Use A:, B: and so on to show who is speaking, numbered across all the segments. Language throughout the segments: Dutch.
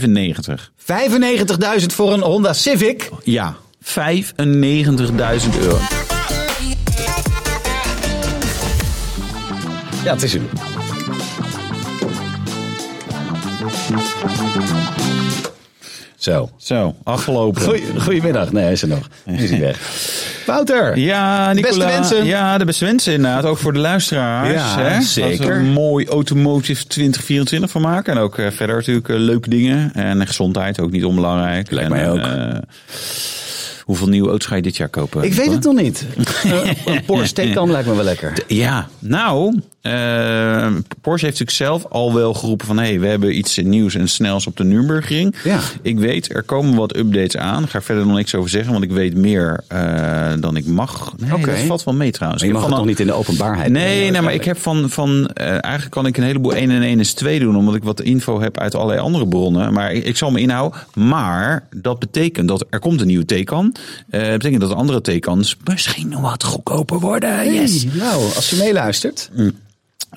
A: 95.
B: 95.000 voor een Honda Civic.
A: Ja, 95.000 euro.
B: Ja, het is hem. Zo.
A: Zo, afgelopen.
B: Goeie- goedemiddag. Nee, hij is er nog. Nu is hij weg. Wouter.
A: Ja,
B: beste
A: Nicola,
B: wensen.
A: Ja, de beste wensen inderdaad. Ook voor de luisteraars.
B: Ja,
A: hè? Dat we
B: zeker.
A: een mooi Automotive 2024 van maken. En ook eh, verder natuurlijk eh, leuke dingen. En gezondheid ook niet onbelangrijk.
B: Lijkt
A: En,
B: mij ook.
A: eh, hoeveel nieuwe auto's ga je dit jaar kopen?
B: Ik weet
A: Nicola?
B: het nog niet. een Porsche Taycan lijkt me wel lekker.
A: Ja, nou, eh, Porsche heeft natuurlijk zelf al wel geroepen van... hé, hey, we hebben iets nieuws en snels op de Nürburgring.
B: Ja.
A: Ik weet, er komen wat updates aan. Daar ga ik verder nog niks over zeggen, want ik weet meer eh, dan ik mag. Nee,
B: Oké.
A: dat valt wel mee trouwens.
B: Maar je
A: Ik heb
B: mag het
A: van
B: nog
A: een-
B: niet in de openbaarheid.
A: Nee, nee, maar ik heb van, van eh, eigenlijk kan ik een heleboel 1 en 1 is 2 doen, omdat ik wat info heb uit allerlei andere bronnen. Maar ik, ik zal me inhouden. Maar dat betekent dat er komt een nieuwe Taycan. Eh dat betekent dat de andere Taycans misschien nog wat goedkoper worden. Yes.
B: Hey, nou, als je meeluistert.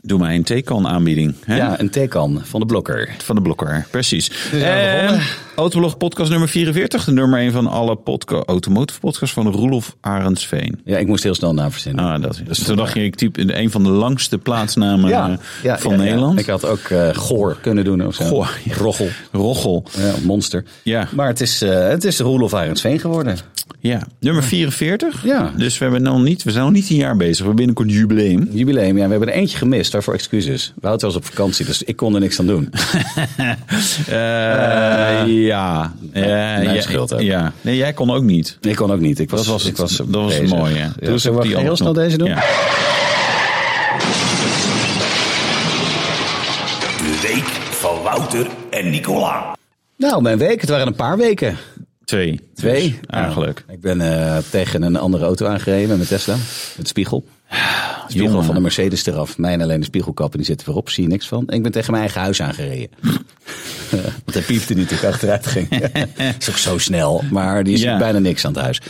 A: Doe mij een Taycan aanbieding. Hè?
B: Ja, een Taycan van de Blokker.
A: Van de blokker, precies.
B: zijn we
A: En
B: begonnen.
A: Autoblog podcast nummer 44. De nummer 1 van alle podca automotive podcasts van Roelof Arendsveen.
B: Ja, ik moest heel snel na verzinnen.
A: Ah, dat is. Toen dacht je, ik typ in een van de langste plaatsnamen eh, van
B: Dus- ja, ja.
A: Nederland.
B: Ik had ook eh, Goor kunnen doen of zo.
A: Goor, ja.
B: Roggel.
A: Roggel.
B: Ja, monster.
A: Ja.
B: Maar het is, eh het is Roelof Arendsveen geworden.
A: Ja, nummer 44.
B: Ja.
A: Dus we, hebben nog niet, we zijn nog niet een jaar bezig. We hebben binnenkort jubileum.
B: Jubileum, ja, we hebben er eentje gemist. Daarvoor excuses. Wouter was op vakantie, dus ik kon er niks aan doen.
A: Eh, ja. Eh,
B: mijn
A: ja,
B: schuld ook.
A: Ja. Nee, jij kon ook niet.
B: Ik kon ook niet. Ik was,
A: Dat was,
B: ik was
A: dat was het
B: bezig.
A: mooie. Doe
B: Ja,
A: eens
B: zullen
A: op
B: we
A: die
B: heel
A: andere
B: snel
A: knop.
B: deze doen?
A: Ja.
C: De week van Wouter en Nicola.
B: Nou, mijn week. Het waren een paar weken.
A: Twee.
B: Twee.
A: Dus, eigenlijk.
B: Nou, Ik ben eh, tegen een andere auto aangereden met mijn Tesla. Met spiegel. Spiegel
A: Ah, Jongen.
B: van de Mercedes eraf. Mijn alleen de spiegelkappen, die zitten erop. Zie je niks van. En ik ben tegen mijn eigen huis aangereden. Want hij piepte niet toen ik achteruit ging. is ook zo snel. Maar die is
A: Ja. Oh.
B: bijna niks aan het huis.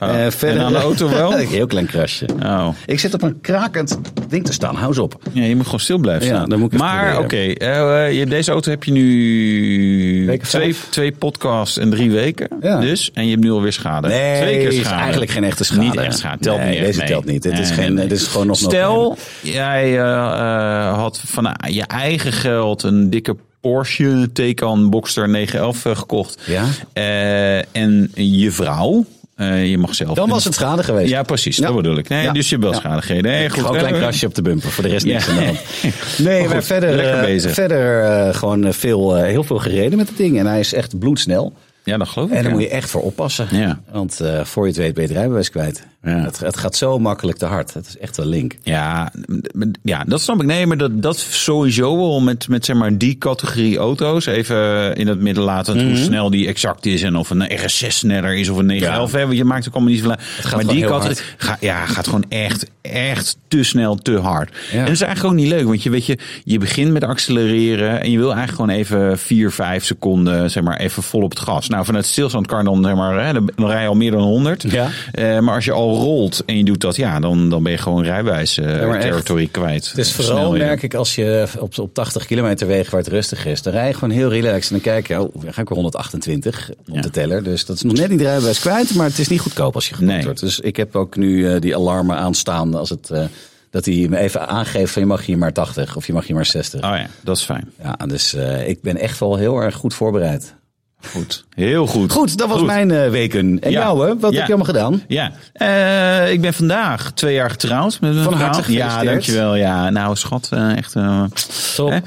B: Eh,
A: En aan de auto wel?
B: een heel klein krasje.
A: Oh.
B: Ik zit op een krakend ding te staan. Hou eens op.
A: Ja, je moet gewoon stil blijven
B: Ja,
A: staan.
B: dan moet ik even
A: maar oké,
B: proberen.
A: eh, je- deze auto heb je nu
B: Week of
A: twee,
B: vijf.
A: twee podcasts en drie weken.
B: Ja.
A: Dus, en je hebt nu alweer schade.
B: Nee,
A: twee keer
B: is
A: schade.
B: eigenlijk geen echte schade.
A: Niet echt schade. Telt
B: Nee,
A: niet echt
B: deze
A: mee.
B: telt niet. Dit is
A: Nee,
B: geen- eh,
A: nee, nee.
B: dit is gewoon nog-
A: Stel, jij eh, eh, had van eh, je eigen geld een dikke Porsche Taycan Boxster 911 gekocht.
B: Ja.
A: Eh, en je vrouw, eh, je mag zelf...
B: Dan was het schade geweest.
A: Ja, precies.
B: Ja.
A: Dat bedoel ik. Nee,
B: Ja.
A: Dus je hebt wel
B: Ja.
A: schadigheden. Nee, goed,
B: Gewoon een klein
A: eh,
B: krasje op de bumper. Voor de rest niks
A: Ja.
B: aan de hand. Nee,
A: Maar
B: maar
A: goed,
B: verder,
A: lekker
B: eh,
A: bezig.
B: verder eh, gewoon eh, veel, eh, heel veel gereden met het ding. En hij is echt bloedsnel.
A: Ja, dat geloof ik.
B: En daar
A: ja.
B: moet je echt voor oppassen.
A: Ja.
B: Want eh, voor je het weet ben je het rijbewijs kwijt.
A: Ja.
B: Het, het gaat zo makkelijk te hard. Het is echt wel link.
A: Ja, m- ja, dat snap ik. Nee, maar dat, dat sowieso wel met, met zeg maar die categorie auto's. Even in het midden laten
B: Mhm.
A: hoe snel die exact is. En of een RS6 sneller is of een 911. hè, Want je maakt er allemaal niet van. Maar
B: gewoon
A: die
B: heel
A: categorie ga, ja, gaat gewoon echt, echt te snel, te hard.
B: Ja.
A: En dat is eigenlijk ook niet leuk. Want je, weet je, je begint met accelereren. En je wil eigenlijk gewoon even 4, 5 seconden zeg maar, even vol op het gas. Nou, vanuit stilstand kan je dan, zeg maar, hè, dan, dan rij je al meer dan 100.
B: Ja.
A: Eh, maar als je al rolt en je doet dat, ja, dan, dan ben je gewoon rijwijs eh
B: maar echt.
A: territory kwijt.
B: Het is Dus vooral, merk ik, als je op, op 80 kilometer weg waar het rustig is. Dan rij je gewoon heel relaxed. En dan kijk je, oh, dan ga ik weer 128 op
A: Ja.
B: de teller. Dus dat is nog net niet rijbewijs kwijt. Maar het is niet goedkoop als je geboekt
A: Nee.
B: wordt. Dus ik heb ook nu eh, die alarmen aanstaan. Als het, eh, dat hij me even aangeeft van je mag hier maar 80 of je mag hier maar 60.
A: Oh ja, dat is fijn.
B: Ja, dus eh, ik ben echt wel heel erg goed voorbereid.
A: Goed. Heel goed.
B: Goed, dat was mijn eh, weken. En
A: Ja.
B: jou, hè? Wat
A: Ja.
B: heb je allemaal gedaan?
A: Ja, Eh, ik ben vandaag twee jaar getrouwd. Met mijn
B: Van harte
A: vrouw. Ja,
B: gefeliciteerd.
A: dankjewel. Ja, nou schat, eh, echt... eh,
B: Top.
A: hè?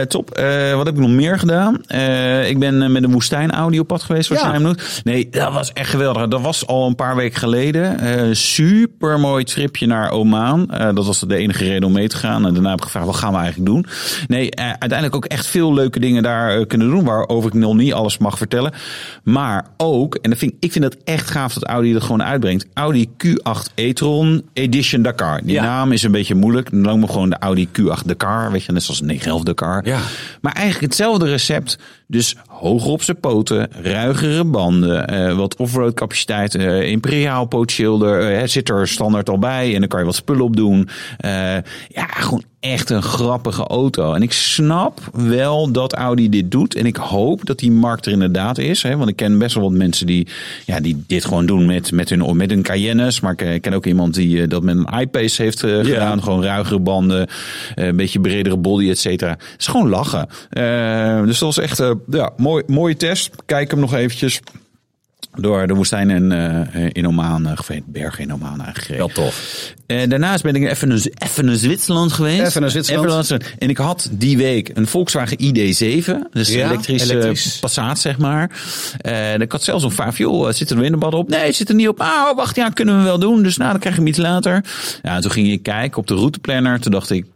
A: Eh, top. Eh, wat heb ik nog meer gedaan? Eh, ik ben eh, met een woestijnaudio op pad geweest, zoals
B: Ja.
A: jij hem noemt. Nee, dat was echt geweldig. Dat was al een paar weken geleden. Eh, super mooi tripje naar Oman. Eh, dat was de enige reden om mee te gaan. En daarna heb ik gevraagd, wat gaan we eigenlijk doen? Nee, eh, uiteindelijk ook echt veel leuke dingen daar eh, kunnen doen. Waarover ik nog niet alles mag vertellen. Maar ook, en dat vind, ik- ik vind dat echt gaaf dat Audi er gewoon uitbrengt. Audi Q8 e-tron Edition Dakar. Die
B: Ja.
A: naam is een beetje moeilijk. Dan noemen we gewoon de Audi Q8 Dakar. Weet je, net zoals de 911 Dakar.
B: Ja.
A: Maar eigenlijk hetzelfde recept. Dus hoger op zijn poten, ruigere banden, eh, wat offroad capaciteit, eh, imperiaal pootshilder eh, zit er standaard al bij. En dan kan je wat spullen op doen. Eh, ja, gewoon echt een grappige auto. En ik snap wel dat Audi dit doet. En ik hoop dat die markt er inderdaad is. Hè? Want ik ken best wel wat mensen die, ja, die dit gewoon doen met, met, hun, met hun Cayennes. Maar ik eh, ken ook iemand die eh, dat met een iPace heeft eh, gedaan. Gewoon ruigere banden, eh, een beetje bredere body, et cetera. Het is gewoon lachen. Eh, dus dat was echt eh, ja, mooi, mooie test. Kijk hem nog eventjes. Door de woestijn en, eh, in Oman, eh, geveegd, bergen in Oman aangegeven.
B: Wel tof.
A: Eh, daarnaast ben ik even naar, Z- even naar Zwitserland geweest.
B: Even naar Zwitserland.
A: En ik had die week een Volkswagen ID7. Dus
B: Ja,
A: een elektrische
B: elektrisch.
A: Passat, zeg maar. Eh, En ik had zelfs een vraag. van, Joh, zit er een winnenbad op? Nee, zit er niet op. Ah, wacht, ja, kunnen we wel doen. Dus nou, dan krijg je hem iets later. Ja, toen ging ik kijken op de routeplanner. Toen dacht ik,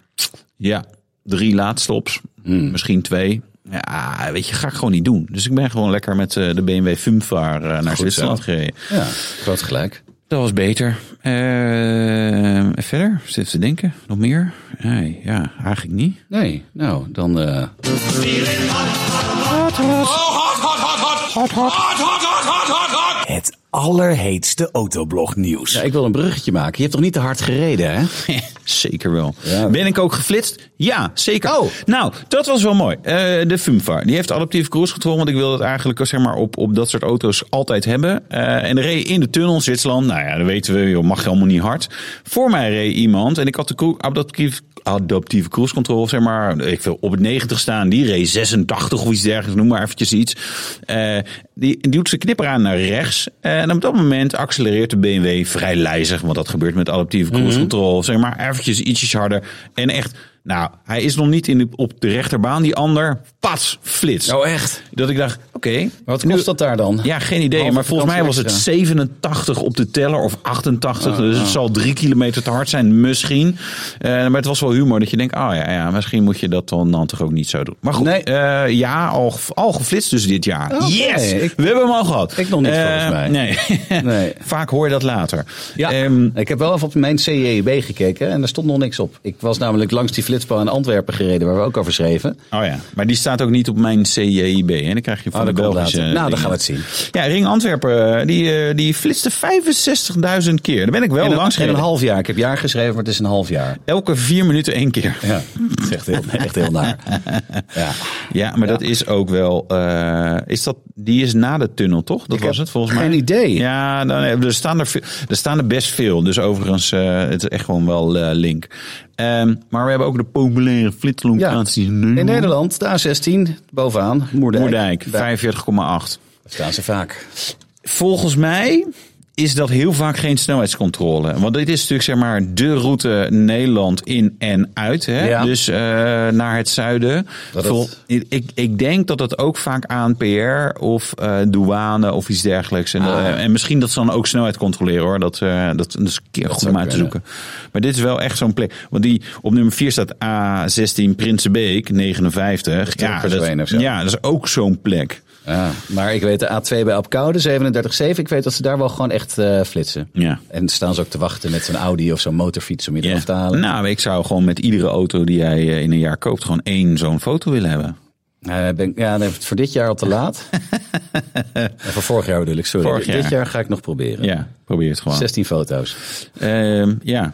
A: ja, drie laadstops.
B: Hmm.
A: Misschien twee. Ja, weet je, ga ik gewoon niet doen. Dus ik ben gewoon lekker met eh, de BMW Fumfar eh, naar Zwitserland gereden.
B: Ja, groot gelijk.
A: Dat was beter. Eh, en verder, zit te denken. Nog meer? Nee, ja, eigenlijk niet.
B: Nee, nou, dan... eh,
C: Het allerheetste autoblognieuws.
B: ja, ik wil een bruggetje maken. Je hebt toch niet te hard gereden, hè?
A: zeker wel.
B: Ja.
A: Ben ik ook geflitst? Ja, zeker.
B: Oh.
A: Nou, dat was wel mooi. Eh, de Fumfar, die heeft adaptief cruise control. Want ik wil dat eigenlijk zeg maar, op, op dat soort auto's altijd hebben. Eh, en er reed in de tunnel in Zwitserland. Nou ja, dat weten we. Joh, mag je allemaal niet hard. Voor mij reed iemand. En ik had de cru- adaptief, adaptieve cruise control, zeg maar. Ik wil op het 90 staan. Die reed 86 of iets dergelijks. Noem maar eventjes iets. Eh, die, die doet zijn knipper aan naar rechts. Eh, en op dat moment accelereert de BMW vrij lijzig. Want dat gebeurt met adaptieve cruise control. Zeg maar eventjes ietsjes harder. En echt, nou, hij is nog niet in de, op de rechterbaan. Die ander, pas, flits.
B: Oh, echt?
A: Dat ik dacht, oké.
B: Wat kost dat daar dan?
A: Ja, geen idee.
B: Halve
A: Maar volgens mij was
B: vakantie
A: het
B: Ah,
A: 87 op de teller of 88. dus het zal drie kilometer te hard zijn, misschien. Eh, maar het was wel humor dat je denkt, oh ja, ja misschien moet je dat dan, dan toch ook niet zo doen. Maar goed,
B: Nee.
A: eh, ja, al, ge- al geflitst dus dit jaar.
B: Oké,
A: Yes!
B: ik-
A: We hebben hem al gehad.
B: Ik nog niet,
A: Eh,
B: volgens mij.
A: Nee.
B: Nee.
A: Vaak hoor je dat later.
B: Ja,
A: Ehm,
B: ik heb wel even op mijn CJB gekeken en daar stond nog niks op. Ik was namelijk langs die flitspaal in Antwerpen gereden, waar we ook over schreven.
A: Oh ja, maar die staat ook niet op mijn CJIB. En dan krijg je van
B: Oh,
A: de
B: dat komt
A: Belgische.
B: later. Nou, dan
A: dingen.
B: gaan we het zien.
A: Ja, Ring Antwerpen, eh, die, eh, die flitste 65.000 keer. Daar ben ik wel
B: in,
A: langs
B: een, in een
A: gereden.
B: half jaar. Ik heb jaar geschreven, maar het is een half jaar.
A: Elke vier minuten één keer.
B: Ja, dat is echt heel, echt heel naar. Ja.
A: Ja, maar dat is ook wel. eh, is dat, die is na de tunnel, toch? Dat was
B: heb
A: het volgens mij.
B: geen idee.
A: Ja, dan, er, staan er, veel- er staan er best veel. Dus overigens, eh, het is echt gewoon wel eh, link. Ehm, maar we hebben ook de populaire
B: Ja.
A: flitterlocaties nu.
B: In Nederland, de A16, bovenaan, Moerdijk.
A: Moerdijk,
B: Daar
A: 45,8.
B: staan ze vaak.
A: Volgens mij is dat heel vaak geen snelheidscontrole. Want dit is natuurlijk zeg maar de route Nederland in en uit. Hè?
B: Ja.
A: Dus eh, naar het zuiden.
B: Dat het-
A: Vol- ik, ik denk dat dat ook vaak ANPR of eh, douane of iets dergelijks. En,
B: Ah.
A: eh, en misschien dat ze dan ook snelheid controleren hoor. Dat, eh, dat, dat is een keer goed
B: zou
A: om uit te
B: kunnen.
A: zoeken. Maar dit is wel echt zo'n plek. Want die op nummer 4 staat A16 Prinsenbeek 59.
B: is ook
A: Ja
B: voor
A: dat,
B: Zweden of zo.
A: ja, dat is ook zo'n plek.
B: Ja, maar ik weet de A2 bij Apkoude, 37,7. Ik weet dat ze daar wel gewoon echt eh, flitsen.
A: Ja.
B: En staan ze ook te wachten met zo'n Audi of zo'n motorfiets om je eraf te
A: Ja.
B: halen.
A: Nou, ik zou gewoon met iedere auto die jij eh, in een jaar koopt, gewoon één zo'n foto willen hebben.
B: Eh, ben, ja, nee, voor dit jaar al te laat. Eh, voor vorig jaar bedoel ik, sorry.
A: Vorig jaar.
B: Dit jaar ga ik nog proberen.
A: Ja, probeer het gewoon.
B: 16 foto's.
A: Ehm, ja.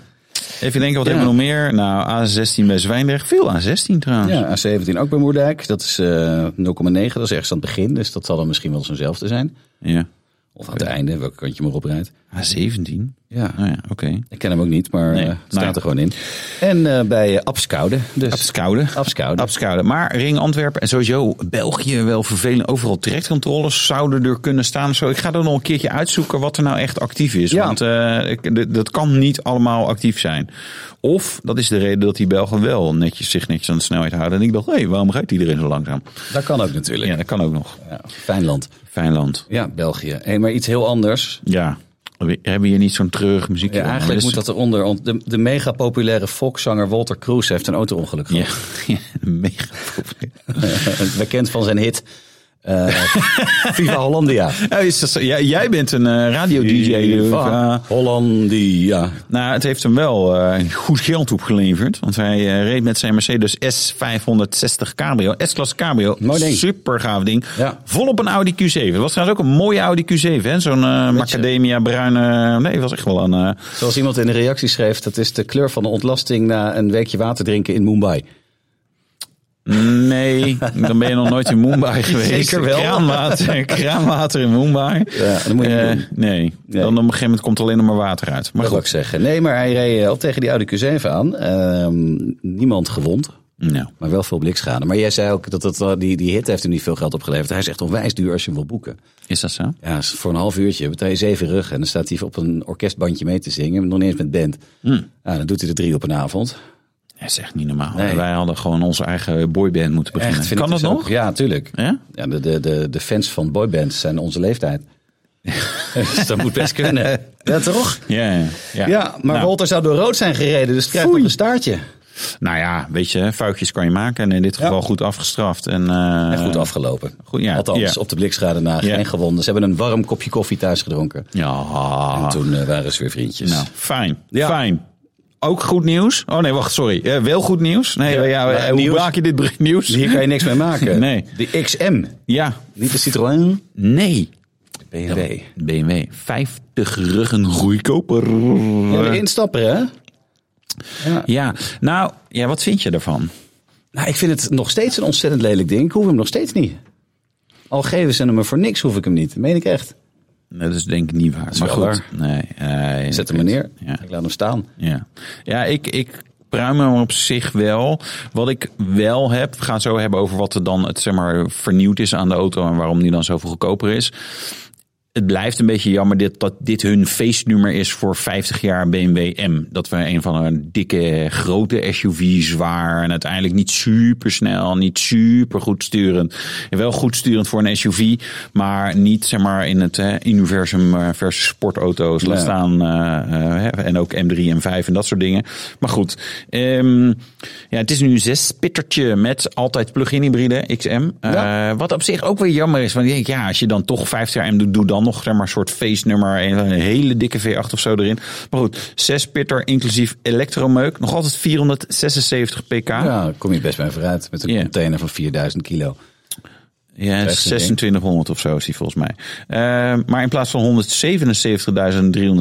A: Even denken, wat
B: Ja.
A: hebben we nog meer? Nou, A16 bij Zwijndrecht. Veel A16 trouwens.
B: Ja, A17 ook bij Moerdijk. Dat is eh, 0,9. Dat is ergens aan het begin. Dus dat zal dan misschien wel zo'nzelfde zijn.
A: Ja.
B: Of aan het einde, welke kant je maar oprijdt.
A: A17?
B: Ja.
A: Nou ja, oké.
B: Ik ken hem ook niet, maar
A: Nee,
B: eh, het staat
A: nou ja.
B: er gewoon in. En eh, bij eh, Abskoude. Dus
A: Abskoude.
B: Abskoude.
A: Abskoude. Maar Ring Antwerpen en sowieso België wel vervelend. Overal trajectcontroles zouden er kunnen staan. of Zo. Ik ga er nog een keertje uitzoeken wat er nou echt actief is.
B: Ja.
A: Want eh, ik- d- dat kan niet allemaal actief zijn. Of dat is de reden dat die Belgen wel netjes, zich netjes aan de snelheid houden. En ik dacht, hé, waarom rijdt iedereen zo langzaam?
B: dat kan ook natuurlijk.
A: Ja, dat kan ook nog.
B: Ja, Fijnland.
A: Fijnland.
B: Ja, België. Hey, maar iets heel anders.
A: Ja. We hebben hier niet zo'n treurig muziekje.
B: Ja,
A: onder,
B: eigenlijk
A: dus-
B: moet dat eronder. want De, de mega populaire volkszanger Walter Kroes heeft een auto-ongeluk gehad.
A: Ja, mega.
B: Bekend van zijn hit eh, Eh, Viva Hollandia.
A: Oh, is dat zo? Ja, jij bent een eh, radio-dj.
B: Viva
A: eh,
B: Hollandia.
A: nou, het heeft hem wel eh, goed geld opgeleverd. Want hij eh, reed met zijn Mercedes S560 Cabrio. S-klasse Cabrio.
B: Mooi ding.
A: Super gaaf ding.
B: Ja.
A: Volop een Audi Q7. Het was trouwens ook een mooie Audi Q7. hè? Zo'n eh macadamia bruine... Nee, het was echt wel een... eh,
B: Zoals iemand in de reactie schreef, dat is de kleur van de ontlasting na een weekje water drinken in Mumbai.
A: Nee, dan ben je nog nooit in Mumbai geweest.
B: Zeker wel.
A: Kraanwater, kraanwater in Mumbai.
B: Ja, dat moet je niet
A: Eh,
B: doen.
A: nee. dan op een gegeven moment komt alleen nog maar water uit. Maar
B: Dat
A: goed.
B: wil ik zeggen. Nee, maar hij reed eh, al tegen die oude Q7 aan. Ehm, niemand gewond,
A: Nou,
B: maar wel veel blikschade. Maar jij zei ook dat, dat eh, die, die hit heeft hem niet veel geld opgeleverd. Hij is echt onwijs duur als je hem wil boeken.
A: is dat zo?
B: Ja, is voor een half uurtje betaal je zeven rug. En dan staat hij op een orkestbandje mee te zingen. Nog niet eens met band.
A: Hmm.
B: Ja, dan doet hij er drie op een avond.
A: Dat is echt niet normaal.
B: Nee.
A: Wij hadden gewoon onze eigen boyband moeten beginnen.
B: vind
A: kan
B: ik
A: dat
B: dus ook-
A: nog?
B: Ja, tuurlijk.
A: Ja?
B: Ja, de, de, de, de fans van boybands zijn onze leeftijd. dus dat moet best kunnen. Ja, toch?
A: Ja, ja, ja.
B: Ja, maar
A: nou,
B: Walter zou door rood zijn gereden, dus krijgt nog een staartje.
A: nou ja, weet je, foutjes kan je maken. En in dit geval goed afgestraft. En, eh,
B: En goed afgelopen.
A: goed, ja,
B: Althans,
A: ja.
B: op de blikschade na
A: Ja.
B: geen gewonden. Ze hebben een warm kopje koffie thuis gedronken. En
A: Ja,
B: toen eh, waren ze weer vriendjes.
A: nou, fijn.
B: Ja.
A: Fijn. Ook goed nieuws. Oh nee, wacht, sorry. Eh, wel goed nieuws. Nee, ja,
B: maar
A: eh, hoe
B: nieuws-
A: maak je dit br- nieuws?
B: Hier kan je niks mee maken.
A: Nee.
B: De XM.
A: Ja,
B: Niet de Citroën.
A: nee.
B: BMW.
A: BMW, 50 ruggen goedkoper.
B: Ja, de instapper, hè?
A: Ja, nou, ja, wat vind je ervan?
B: Nou, ik vind het nog steeds een ontzettend lelijk ding. Ik hoef hem nog steeds niet. Al geven ze hem me voor niks, hoef ik hem niet. Dat meen ik echt.
A: Dat is denk ik niet waar. maar
B: wel
A: goed,
B: waar.
A: nee. eh,
B: Zet hem maar neer.
A: Ja.
B: Ik laat hem staan.
A: Ja, ja ik, ik pruim hem op zich wel. Wat ik wel heb, we gaan het zo hebben over wat er dan het, zeg maar, vernieuwd is aan de auto en waarom die dan zoveel goedkoper is. Het blijft een beetje jammer dit, dat dit hun feestnummer is voor 50 jaar BMW M. Dat we een van een dikke grote SUV zwaar en uiteindelijk niet super snel, niet super goed sturend. En Wel goed sturend voor een SUV, maar niet zeg maar in het hè, universum eh, versus sportauto's. Laat
B: Nee.
A: staan aan, eh, eh, hè, en ook M3, M5 en dat soort dingen. Maar goed, ehm, ja, het is nu een zespittertje met altijd plug-in hybride XM. Eh, wat op zich ook weer jammer is. Want ik denk, ja, als je dan toch 50 jaar M doet, doe dan nog zeg maar, een soort feestnummer. en Een hele dikke V8 of zo erin. Maar goed, zespitter inclusief elektromeuk. Nog altijd 476 pk. Ja,
B: Ja, daar kom je best bij vooruit. Met een
A: Ah. Ja.
B: container van 4000 kilo.
A: het is 2600 of zo is die volgens mij. Eh, maar in plaats van 177.396 eh,
B: En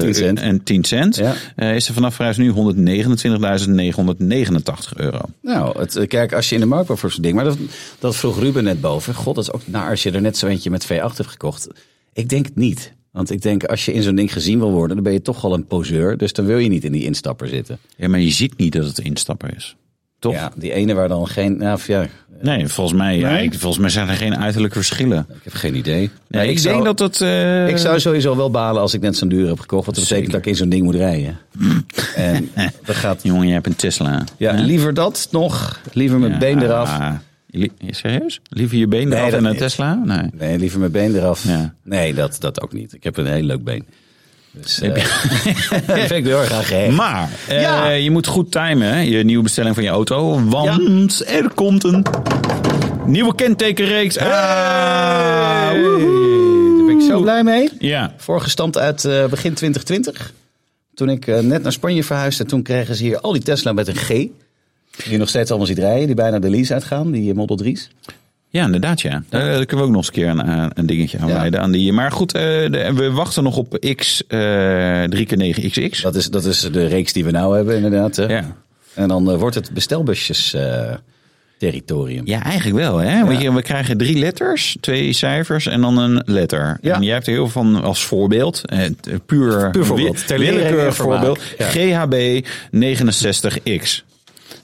B: 10 cent.
A: en 10 cent,
B: Ja.
A: eh, is er vanaf prijs nu 129.989 euro.
B: Nou, het, eh, kijk, als je in de markt bent voor zo'n ding. Maar dat, dat vroeg Ruben net boven. God, dat is ook naar als je er net zo eentje met V8 hebt gekocht. Ik denk het niet. Want ik denk, als je in zo'n ding gezien wil worden, dan ben je toch al een poseur. Dus dan wil je niet in die instapper zitten.
A: Ja, maar je ziet niet dat het instappen is. Toch?
B: Ja, die ene waar dan geen... Nou, of ja,
A: Nee, volgens mij, ja,
B: Nee?
A: ik- volgens mij zijn er geen uiterlijke verschillen.
B: ik heb geen idee.
A: Nee,
B: Maar
A: ik,
B: zou-
A: denk dat dat... eh,
B: Ik zou sowieso wel balen als ik net zo'n duur heb gekocht. Want dat betekent dat ik in zo'n ding moet rijden. en dat gaat...
A: Jongen, je hebt een Tesla.
B: Ja, liever dat nog. Liever met been eraf.
A: Ah, li- serieus? Liever je been
B: Nee,
A: eraf
B: dat
A: en een
B: niet.
A: Tesla? Nee.
B: Nee, liever met been eraf.
A: Ja.
B: Nee, dat, dat ook niet. Ik heb een heel leuk been. Dus, eh dat vind ik heel erg aan gehecht.
A: Maar eh,
B: Ja.
A: je moet goed timen, hè, je nieuwe bestelling van je auto. Want er komt een nieuwe kentekenreeks. Ah, woehoe.
B: Daar ben ik zo blij mee.
A: Ja,
B: Voorgestampt uit eh, begin 2020. Toen ik eh, net naar Spanje verhuisde, toen kregen ze hier al die Tesla met een G. Die je nog steeds allemaal ziet rijden, die bijna de lease uitgaan, die eh, Model 3's.
A: ja, inderdaad, ja. Daar, daar kunnen we ook nog eens een keer een, eh, een dingetje aan
B: Ja.
A: wijden. Aan die, maar goed, eh, de- we wachten nog op X, eh 3x9XX.
B: Dat is, dat is de reeks die we nou hebben, inderdaad. hè.
A: Ja.
B: En dan eh, wordt het bestelbusjes eh, territorium.
A: Ja, eigenlijk wel. Hè? Want je, we krijgen drie letters, twee cijfers en dan een letter.
B: Ja.
A: En jij hebt er heel veel van als voorbeeld. Eh, t- puur,
B: Puur voorbeeld.
A: wi-
B: Ter lering en
A: willekeurig
B: vermaak.
A: voorbeeld. GHB 69X.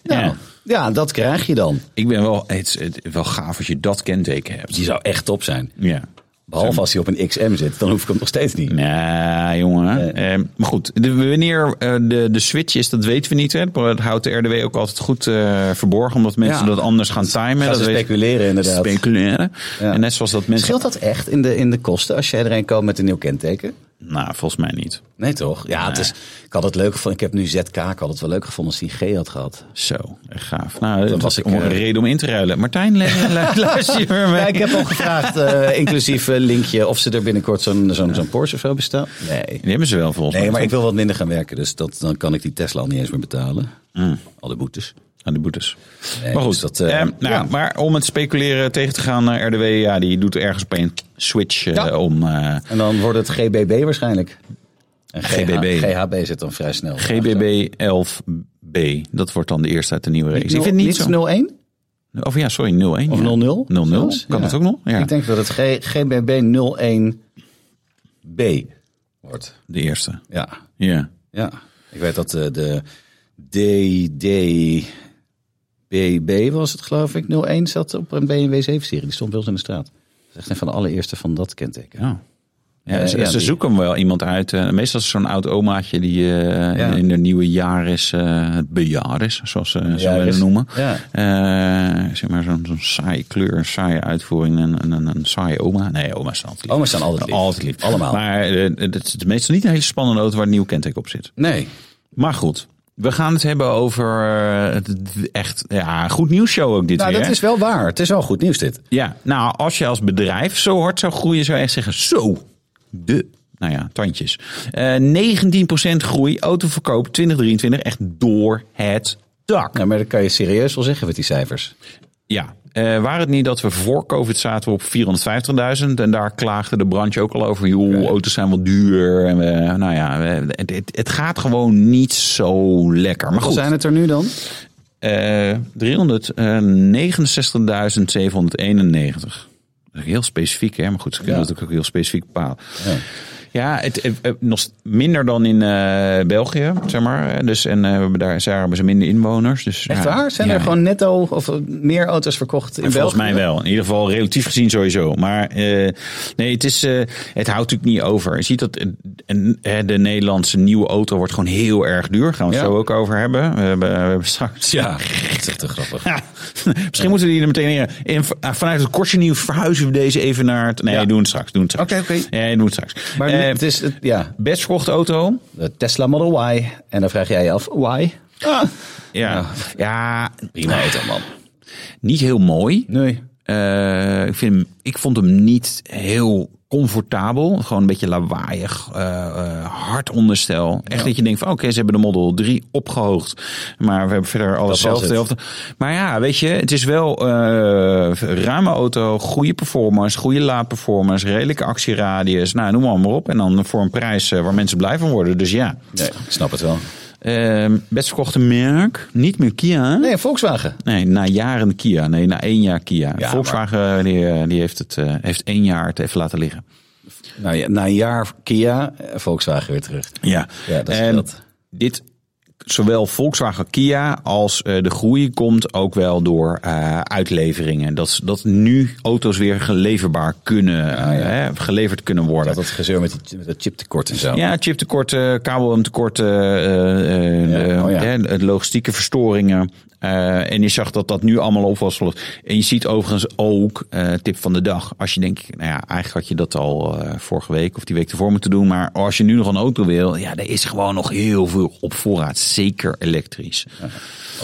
B: Nou,
A: Ja.
B: ja, dat krijg je dan.
A: Ik ben wel, het is het is wel gaaf als je dat kenteken hebt.
B: Die zou echt top zijn.
A: Ja.
B: Behalve als hij op een XM zit, dan hoef ik hem nog steeds niet.
A: Nou, jongen. Eh, maar goed, de, wanneer eh, de, de switch is, dat weten we niet. Hè. Dat houdt de RDW ook altijd goed eh, verborgen, omdat mensen
B: Ja.
A: dat anders gaan timen.
B: Gaan
A: dat
B: ze
A: weten-
B: speculeren, inderdaad.
A: Speculeren.
B: Ja.
A: En net zoals dat mensen
B: Scheelt dat echt in de, in de kosten als jij erheen komt met een nieuw kenteken?
A: Nou, volgens mij niet.
B: Nee, toch? Ja, het is, ik had het leuk gevonden. Ik heb nu ZK, ik had het wel leuk gevonden als hij een G had gehad.
A: Zo, echt gaaf. Nou, dat
B: was
A: was
B: ik,
A: ik een
B: eh,
A: reden om in te ruilen. Martijn, le- lu- luister je weer
B: Ja,
A: mee?
B: ik heb al gevraagd, eh, inclusief eh, linkje, of ze er binnenkort zo'n zo'n zo'n Porsche of zo bestellen. Nee.
A: Die hebben ze wel volgens
B: Nee,
A: mij.
B: maar ik wil wat minder gaan werken, dus dat, dan kan ik die Tesla niet eens meer betalen. Al de boetes.
A: Aan de Ah, boetes.
B: Nee,
A: maar goed,
B: dus dat, eh,
A: ehm, nou,
B: ja.
A: maar om het speculeren tegen te gaan, eh, RDW, ja, die doet ergens op een switch eh,
B: Ja.
A: om. eh,
B: En dan wordt het GBB waarschijnlijk. En
A: GBB.
B: GHB zit dan vrij snel.
A: GBB 11B. Dat wordt dan de eerste uit de nieuwe reeks.
B: Ik vind het niet zo. 01?
A: Of Oh ja, sorry, 01.
B: Of
A: ja.
B: 00?
A: 00,
B: Zelfs?
A: kan
B: Ja.
A: dat ook nog? Ja,
B: Ik denk dat het G- GBB 01B wordt.
A: de eerste.
B: Ja.
A: Ja.
B: ja. Ik weet dat eh, de DDBB was het geloof ik. 01 zat op een BMW 7-serie. Die stond bij ons in de straat. Dat is echt een van de allereerste van dat kenteken.
A: ja. Ja,
B: Eh,
A: ze,
B: ja,
A: ze
B: die-
A: zoeken hem wel iemand uit. eh, meestal is het zo'n oud omaatje die eh,
B: Ja.
A: in, in de nieuwe jaar is, eh, het bejaar is, zoals ze ze
B: Bejaar
A: willen
B: is.
A: noemen.
B: Ja.
A: Eh, zeg maar zo'n zo'n saaie kleur, een saaie uitvoering en en- en een, saaie oma. Nee, oma's zijn altijd lief.
B: Oma's zijn altijd lief.
A: Altijd lief.
B: Allemaal.
A: Maar eh, het is meestal niet een hele spannende auto waar een nieuw kenteken op zit.
B: Nee.
A: Maar goed, we gaan het hebben over eh, het- het echt ja, goed nieuws show ook dit
B: Nou,
A: weer.
B: dat
A: hè?
B: is wel waar. Het is wel goed nieuws dit.
A: Ja, nou, als je als bedrijf zo hard zou groeien, zou je echt zeggen: zo, de. Nou ja, tandjes. Eh 19% groei, autoverkoop 2023, echt door het dak.
B: Ja, maar dat kan je serieus wel zeggen met die cijfers.
A: Ja, eh waar het niet dat we voor COVID zaten we op 450.000 en daar klaagde de branche ook al over: joh, auto's zijn wel duur. En we, nou ja, we- het, het, het gaat gewoon niet zo lekker. Maar
B: Hoe
A: goed.
B: zijn het er nu dan?
A: Eh, 369.791. Heel specifiek, hè? Maar goed, ze kunnen
B: Ja.
A: het natuurlijk ook heel specifiek bepalen. Ja, het, eh, eh, nog s- minder dan in eh, België, zeg maar. Eh, Dus, en eh, we hebben daar, daar hebben ze minder inwoners. Dus,
B: Echt
A: ja,
B: waar? Zijn
A: ja.
B: er gewoon netto of eh, meer auto's verkocht in
A: Volgens
B: België?
A: mij wel. In ieder geval relatief gezien sowieso. Maar eh, nee, het, is, eh, het houdt natuurlijk niet over. Je ziet dat eh, en, eh, de Nederlandse nieuwe auto wordt gewoon heel erg duur. Gaan we het
B: Ja.
A: zo ook over hebben. We hebben, we hebben straks...
B: Ja, dat is echt te grappig.
A: Ja, misschien moeten we die er meteen in. in- eh, vanuit het kortje nieuws verhuizen we deze even naar het. Nee,
B: Ja.
A: doen het straks. Doen het straks.
B: Oké, oké.
A: Nee, doen het straks.
B: Maar
A: Eh,
B: het is, het, ja,
A: best verkochte auto.
B: de Tesla Model Y. En dan vraag jij je af, why?
A: Ja. ja,
B: Prima auto, man.
A: niet heel mooi.
B: Nee.
A: Eh, ik, vind hem, ik vond hem niet heel comfortabel. Gewoon een beetje lawaaiig. eh, eh, hard onderstel. Echt dat je denkt van oké, ze hebben de Model 3 opgehoogd. Maar we hebben verder alles
B: Dat was
A: zelf.
B: het.
A: Maar ja, weet je, het is wel eh, ruime auto. Goede performance, goede laadperformance. Redelijke actieradius. Nou, noem maar op. En dan voor een prijs eh, waar mensen blij van worden. Dus ja,
B: nee, ik snap het wel.
A: Ehm, best verkochte merk. Niet meer Kia.
B: Nee, Volkswagen.
A: Nee, na jaren Kia. Nee, na één jaar Kia.
B: Ja,
A: Volkswagen die, eh, die heeft, het, eh, heeft één jaar het even laten liggen.
B: Nou, ja, na een jaar Kia, eh, Volkswagen weer terug.
A: Ja,
B: Ja, dat
A: en
B: scheelt.
A: dit, zowel Volkswagen Kia als eh, de groei komt ook wel door eh, uitleveringen. Dat, dat nu auto's weer geleverbaar kunnen, eh, hè, geleverd kunnen worden.
B: Dat het gezeur met, die, met dat chiptekort en zo.
A: Ja, chiptekorten, kabeltekorten, eh, eh,
B: Ja,
A: eh,
B: oh ja.
A: hè, het logistieke verstoringen. Eh, en je zag dat dat nu allemaal op was gelost. En je ziet overigens ook, eh, tip van de dag, als je denkt, nou ja, eigenlijk had je dat al eh, vorige week of die week ervoor moeten doen. Maar als je nu nog een auto wil, ja, er is gewoon nog heel veel op voorraad. Zeker elektrisch. Ja.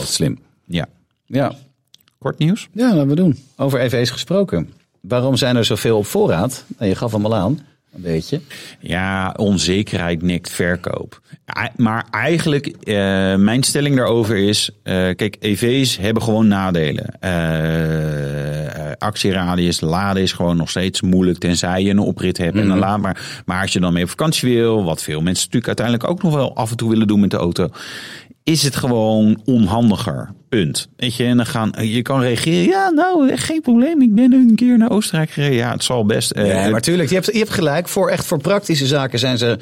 B: Oh, slim. Ja.
A: Kort nieuws?
B: ja, laten we doen. Over EV's gesproken. Waarom zijn er zoveel op voorraad? Nou, je gaf hem al aan, een beetje.
A: Ja, onzekerheid nikt verkoop. Ei- Maar eigenlijk, eh, mijn stelling daarover is... eh, kijk, EV's hebben gewoon nadelen. Eh, eh, actieradius, laden is gewoon nog steeds moeilijk... tenzij je een oprit hebt en
B: Mhm.
A: een laad. Maar, maar als je dan mee op vakantie wil... wat veel mensen natuurlijk uiteindelijk ook nog wel af en toe willen doen met de auto... is het gewoon onhandiger. Punt. Weet je, en dan gaan, je kan reageren... ja, nou, geen probleem, ik ben een keer naar Oostenrijk gereden. Ja, het zal best... eh,
B: Ja,
A: het-
B: maar tuurlijk, je hebt, je hebt gelijk. Voor, echt voor praktische zaken zijn ze...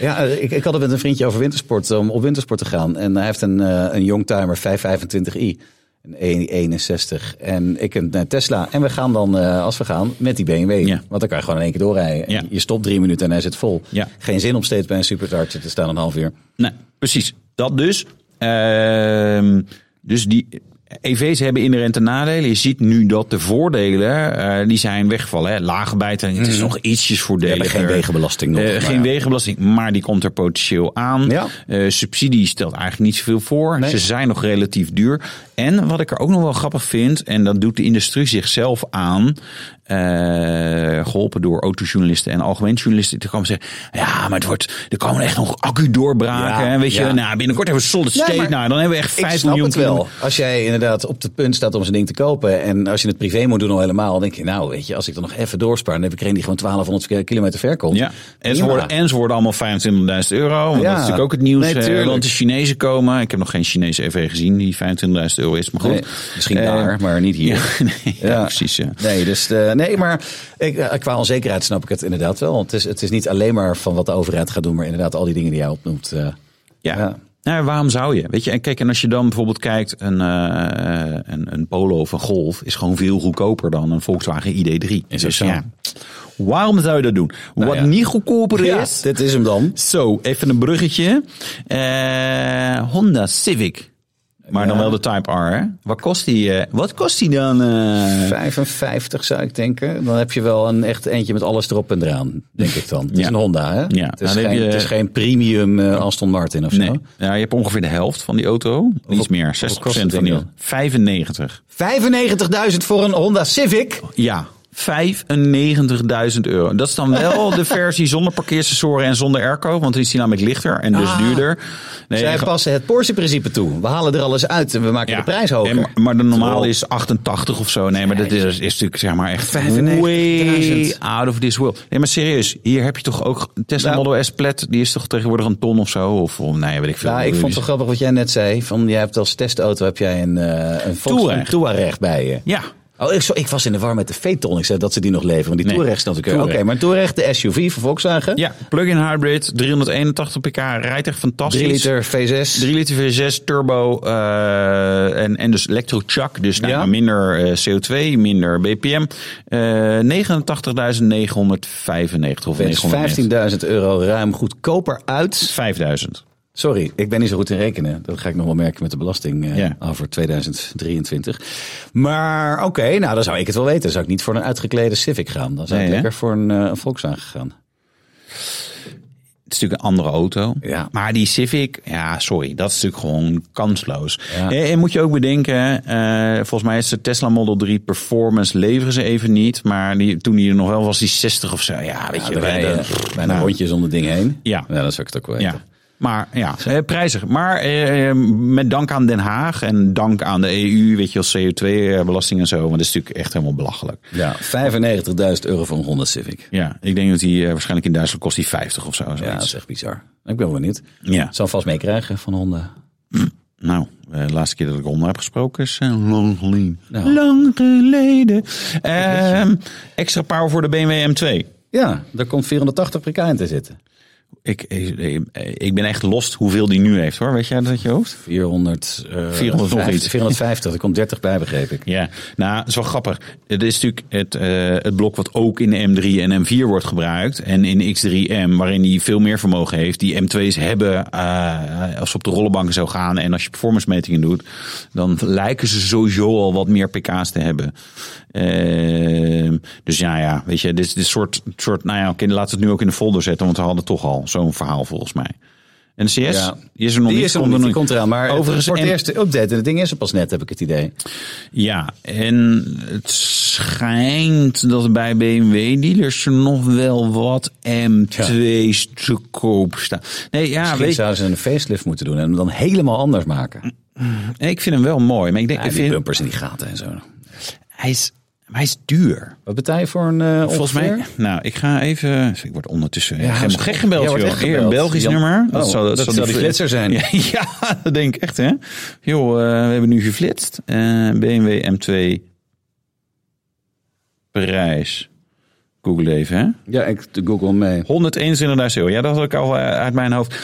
B: Ja, eh, ik, ik had het met een vriendje over wintersport, om op wintersport te gaan. En hij heeft een, eh een Youngtimer 525i. Een 161. En ik een eh, Tesla. En we gaan dan, eh, als we gaan, met die BMW.
A: Ja.
B: Want dan kan je gewoon in één keer doorrijden. En
A: Ja.
B: Je stopt drie minuten en hij zit vol.
A: Ja.
B: Geen zin om steeds bij een supercharger te staan een half uur.
A: Nee, precies. Dat dus. Ehm, dus die, EV's hebben inherente nadelen. Je ziet nu dat de voordelen, eh, die zijn weggevallen. Hè? Lage bijtelling, het is nog ietsjes voordeliger.
B: Mhm. hebben geen wegenbelasting nog,
A: Eh,
B: maar
A: geen
B: ja.
A: wegenbelasting, maar die komt er potentieel aan.
B: Ja.
A: Eh, subsidie stelt eigenlijk niet zoveel voor.
B: Nee.
A: Ze zijn nog relatief duur. En wat ik er ook nog wel grappig vind, en dat doet de industrie zichzelf aan, eh, geholpen door autojournalisten en algemeen journalisten, die komen zeggen, ja, maar het wordt, er komen echt nog accu doorbraken.
B: Ja,
A: hè, weet
B: ja.
A: je, nou, binnenkort hebben we solid
B: Ja,
A: state.
B: maar
A: nou, dan hebben we echt 5
B: ik snap
A: miljoen
B: het wel.
A: kilometer.
B: Als jij inderdaad op het punt staat om zo'n ding te kopen. En als je het privé moet doen al helemaal. Dan denk je, nou weet je, als ik dan nog even doorspaar. Dan heb ik er een die gewoon 1200 kilometer ver komt.
A: Ja, en ze,
B: Prima.
A: worden, en ze worden allemaal 25.000 euro. Want dat
B: Ja.
A: is natuurlijk ook het nieuws.
B: Nee,
A: eh,
B: tuurlijk.
A: want de Chinezen komen. Ik heb nog geen Chinese EV gezien die 25.000 euro is. Maar goed.
B: Nee, misschien
A: Eh,
B: daar, maar niet hier.
A: Ja, nee, ja, precies. Ja.
B: Nee, dus, eh, nee maar ik, eh, qua onzekerheid snap ik het inderdaad wel. Want het is, het is niet alleen maar van wat de overheid gaat doen. Maar inderdaad al die dingen die jij opnoemt. eh,
A: Ja.
B: Ja.
A: Nou ja, waarom zou je? Weet je, en kijk, en als je dan bijvoorbeeld kijkt, een, eh, een, een Polo of een Golf is gewoon veel goedkoper dan een Volkswagen ID3.
B: Is
A: dus
B: ook zo.
A: ja, waarom zou je dat doen? Wat
B: ja.
A: niet goedkoper
B: ja,
A: is.
B: dit is hem dan.
A: Zo, even een bruggetje. Eh, Honda Civic. Maar dan
B: Ja.
A: wel de Type R. Hè? Wat kost die? eh, wat kost die dan? eh?
B: 55 zou ik denken. Dan heb je wel een echt eentje met alles erop en eraan, denk ik dan. Het is
A: Ja.
B: een Honda, hè?
A: Ja. Nou,
B: Het, is
A: Dan heb
B: geen,
A: je-
B: het is geen premium eh, Aston Martin of zo.
A: nee. Ja, je hebt ongeveer de helft van die auto. Iets meer. 60%
B: kost het
A: van die
B: dan?
A: auto. 95.
B: 95.000 voor een Honda Civic.
A: Ja. 95.000 euro. Dat is dan wel de versie zonder parkeersensor en zonder airco. Want die is die namelijk lichter en dus
B: Ah.
A: duurder. Nee,
B: Zij
A: ge-
B: passen het Porsche-principe toe. We halen er alles uit en we maken de prijs hoger.
A: En maar- maar de normale
B: Terwijl-
A: is 88 of zo. Nee, maar dat is, is natuurlijk zeg maar echt
B: 95.000.
A: way out of this world. Nee, maar serieus. Hier heb je toch ook Tesla
B: Nou.
A: Model S Plat. Die is toch tegenwoordig een ton of zo? Of, of nee, weet ik veel.
B: Ja, ik vond het zo grappig wat jij net zei. Van, jij hebt als testauto heb jij een, eh een Volkswagen
A: Touareg.
B: Touareg bij je.
A: Ja.
B: Oh, ik, zo, ik was in de war met de Phaeton. Ik zei dat ze die nog leveren. Want die
A: Nee,
B: Touareg is natuurlijk... Oké,
A: Touareg.
B: maar een Touareg, de SUV van Volkswagen.
A: Ja, plug-in hybrid, 381 pk, rijdt echt fantastisch.
B: 3 liter V6.
A: 3 liter V6 turbo eh, en, en dus elektrochak. Dus nou,
B: Ja.
A: minder eh, CO2, minder BPM. Eh 89.995 of
B: Wens
A: 990.
B: 15.000 euro ruim goedkoper uit.
A: 5000.
B: Sorry, ik ben niet zo goed in rekenen. Dat ga ik nog wel merken met de belasting eh,
A: Ja.
B: over 2023. Maar oké, nou dan zou ik het wel weten. Zou ik niet voor een uitgeklede Civic gaan. Dan zou ik
A: Nee, hè?
B: lekker voor een eh, een Volkswagen gaan.
A: Het is natuurlijk een andere auto.
B: Ja.
A: Maar die Civic, ja, sorry, dat is natuurlijk gewoon kansloos.
B: Ja.
A: En, en moet je ook bedenken, eh, volgens mij is de Tesla Model 3 Performance leveren ze even niet. Maar die, toen die er nog wel was, die 60 of zo. Ja, weet
B: Ja,
A: je,
B: dan
A: wij,
B: rij je
A: eh,
B: bijna
A: nou,
B: rondjes om het ding heen.
A: Ja.
B: Nou, dan zou ik het ook wel weten.
A: Ja. Maar ja, eh, prijzig. Maar eh, eh, met dank aan Den Haag en dank aan de EU, weet je wel, CO2-belasting eh, en zo. Want dat is natuurlijk echt helemaal belachelijk.
B: Ja, 95.000 euro voor een Honda Civic.
A: Ja, ik denk dat die eh, waarschijnlijk in Duitsland kost die 50 of zo.
B: Ja, dat
A: zoiets.
B: is echt bizar. Ik ben wel benieuwd.
A: Ja.
B: Zal vast meekrijgen van Honda.
A: Nou, eh, de laatste keer dat ik Honda heb gesproken is eh, lang geleden.
B: Nou.
A: Lang geleden. Ehm, extra power voor de BMW M2.
B: Ja, daar komt 480 pk in te zitten.
A: Ik, ik, ik ben echt lost hoeveel die nu heeft hoor. Weet jij dat uit je hoofd?
B: 400, eh,
A: 400 nog iets.
B: 450, er komt 30 bij, begreep ik.
A: Ja, nou, dat is wel grappig. Het is natuurlijk het, eh, het blok wat ook in de M3 en M4 wordt gebruikt. En in X3M, waarin die veel meer vermogen heeft. Die M2's hebben, eh, als ze op de rollenbanken zo gaan en als je performance metingen doet, dan lijken ze sowieso al wat meer pk's te hebben. Ehm, dus ja, ja, weet je, dit is dit soort, soort, nou ja, oké, laten we het nu ook in de folder zetten, want we hadden toch al zo'n verhaal volgens mij. En de CS?
B: Ja.
A: Die is er nog
B: Die
A: niet.
B: is er nog niet, die komt eraan. Maar Overigens,
A: Overigens,
B: voor het
A: en- Ah,
B: eerste update. En het ding is er pas net, heb ik het idee.
A: Ja, en het schijnt dat bij BMW-dealers er nog wel wat M2's te koop staan. Nee, ja,
B: Misschien
A: weet, je,
B: zouden ze een facelift moeten doen en hem dan helemaal anders maken.
A: nee, ik vind hem wel mooi. Maar ik denk,
B: Ja,
A: ik
B: die
A: vind,
B: bumpers en die gaten en zo.
A: hij, is, maar hij is duur.
B: Wat betaal je voor een eh
A: Volgens mij, nou, ik ga even. Ik word ondertussen ja, helemaal
B: is-
A: gek gebeld.
B: jij
A: joh.
B: wordt echt
A: Weer een
B: gebeld.
A: Belgisch
B: Jan-
A: nummer.
B: Oh, dat zou die
A: fl-
B: flitser zijn.
A: Ja, ja, dat denk ik echt, hè? Joh, eh, we hebben nu geflitst. Eh, BMW M2 prijs. Google even, hè?
B: Ja, ik google mee.
A: 121.000 euro. Ja, dat had ik al eh, uit mijn hoofd.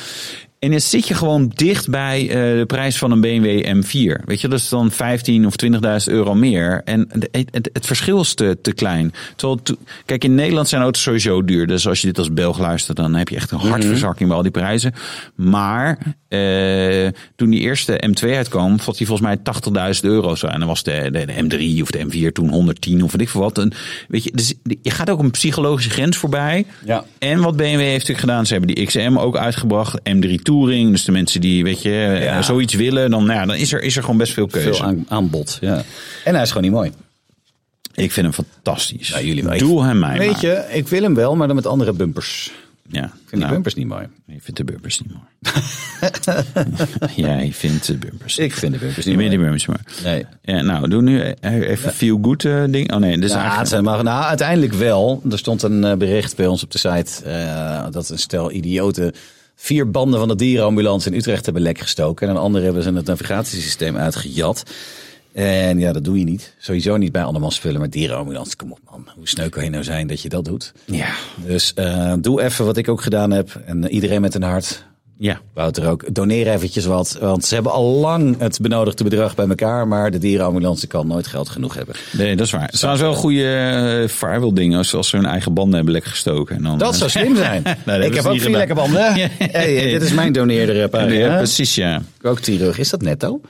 A: En dan zit je gewoon dicht bij eh, de prijs van een BMW M4. Weet je, dat is dan 15 of 20.000 euro meer. En de- het, het verschil is te, te klein. Terwijl, to- kijk, in Nederland zijn auto's sowieso duur. Dus als je dit als Belg luistert, dan heb je echt een hartverzakking bij al die prijzen. Maar eh, eh, toen die eerste M2 uitkwam, vond die volgens mij 80.000 euro's aan. En dan was de, de, de M3 of de M4 toen 110 of weet ik veel wat. En, weet je, dus je gaat ook een psychologische grens voorbij.
B: Ja.
A: En wat BMW heeft natuurlijk gedaan, ze hebben die XM ook uitgebracht, M3 Touring. Dus de mensen die, weet je, eh,
B: Ja.
A: zoiets willen, dan, nou ja, dan is, er, is er gewoon best veel keuze.
B: Veel aan, aanbod. Ja. En hij is gewoon niet mooi.
A: Ik vind hem fantastisch.
B: Ja, jullie wel.
A: Doe hem mij
B: Weet
A: maar.
B: je, ik wil hem wel, maar dan met andere bumpers. Ik
A: Ja, ik
B: vind die bumpers niet mooi.
A: Je vindt de bumpers niet mooi. Jij vindt de bumpers.
B: Ik vind de bumpers
A: Je
B: niet
A: vindt de
B: mooi.
A: bumpers maar.
B: Nee.
A: Ja, nou, doe nu e- even feel good eh, ding. Oh nee, dit is
B: Ja, het
A: eigenlijk...
B: zijn maar, nou, uiteindelijk wel. Er stond een eh, bericht bij ons op de site eh, dat een stel idioten vier banden van de dierenambulance in Utrecht hebben lek gestoken. En een andere hebben ze het navigatiesysteem uitgejat. En ja, dat doe je niet. Sowieso niet bij andermans spullen, maar dierenambulance. Kom op man, hoe sneu kan je nou zijn dat je dat doet?
A: Ja.
B: Dus eh, doe even wat ik ook gedaan heb. En eh, iedereen met een hart.
A: Ja.
B: Wouter ook, doneer eventjes wat. Want ze hebben al lang het benodigde bedrag bij elkaar. Maar de dierenambulance kan nooit geld genoeg hebben.
A: Nee, dat is waar. Het zijn wel goede uh, vaarwel dingen als, als ze hun eigen banden hebben lekker gestoken. En dan, eh,
B: Dat zou slim zijn.
A: hebben
B: ik
A: ze
B: heb ook
A: niet
B: vier
A: gedaan.
B: lekker banden. Hey, eh, dit is mijn doneerder
A: Ja,
B: pagina.
A: precies, ja.
B: Ook terug. Is dat netto?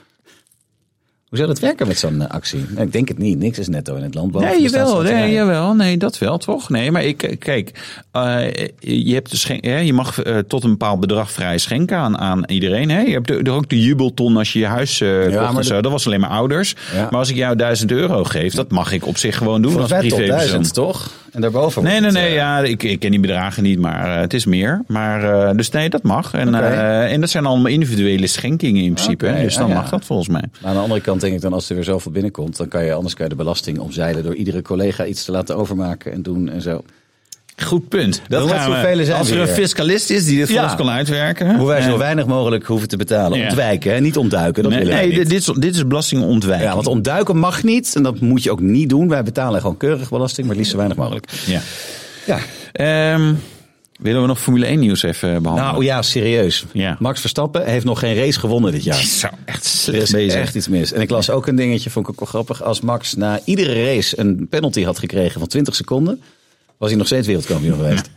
B: Hoe zou dat werken met zo'n eh, actie? Nou, ik denk het niet. Niks is netto in het land. behalve
A: Nee,
B: de
A: jawel,
B: staatsloterij.
A: nee, jawel. Nee, dat wel, toch? Nee, maar ik, kijk, eh, je, hebt de schen- hè, je mag eh, tot een bepaald bedrag vrij schenken aan, aan iedereen. Hè? Je hebt er er ook de jubelton als je je huis eh kocht
B: maar
A: en zo.
B: dat-
A: Dat was alleen maar ouders.
B: Ja.
A: Maar als ik jou 1000 euro geef, dat mag ik op zich gewoon doen als
B: Volgens mij tot
A: privépersoon.
B: duizend, toch? En daarboven
A: Nee, nee,
B: wordt
A: nee.
B: het, eh,
A: Ja, ik, ik ken die bedragen niet, maar eh, het is meer. Maar, eh, dus nee, dat mag. En,
B: Oké.
A: eh, en dat zijn allemaal individuele schenkingen in principe.
B: Oké,
A: hè. Dus
B: ja,
A: dan
B: ja.
A: mag dat volgens mij.
B: eh, maar aan de andere kant denk ik dan, als er weer zoveel binnenkomt, dan kan je anders kan je de belasting omzeilen door iedere collega iets te laten overmaken en doen en zo.
A: Goed punt.
B: Dat
A: Dat
B: wat
A: gaan
B: voor
A: we-
B: velen zijn
A: als er
B: we
A: een
B: hier?
A: fiscalist is die dit voor
B: Ja.
A: ons kan uitwerken.
B: Hoe wij
A: eh,
B: zo weinig mogelijk hoeven te betalen.
A: Ja.
B: Ontwijken, hè? niet ontduiken. Dat
A: Nee,
B: willen wij
A: nee,
B: niet.
A: dit, is, dit is belastingontwijking.
B: Ja, want ontduiken mag niet. En dat moet je ook niet doen. Wij betalen gewoon keurig belasting, maar het liefst zo weinig mogelijk.
A: Ja.
B: Ja.
A: Ehm, willen we nog Formule 1 nieuws even behandelen?
B: Nou ja, serieus.
A: Ja.
B: Max Verstappen heeft nog geen race gewonnen dit jaar.
A: Zo, echt
B: Er is
A: slecht bezig.
B: echt iets mis. En ik las ook een dingetje, vond ik ook wel grappig. Als Max na iedere race een penalty had gekregen van 20 seconden... was hij nog steeds wereldkampioen geweest.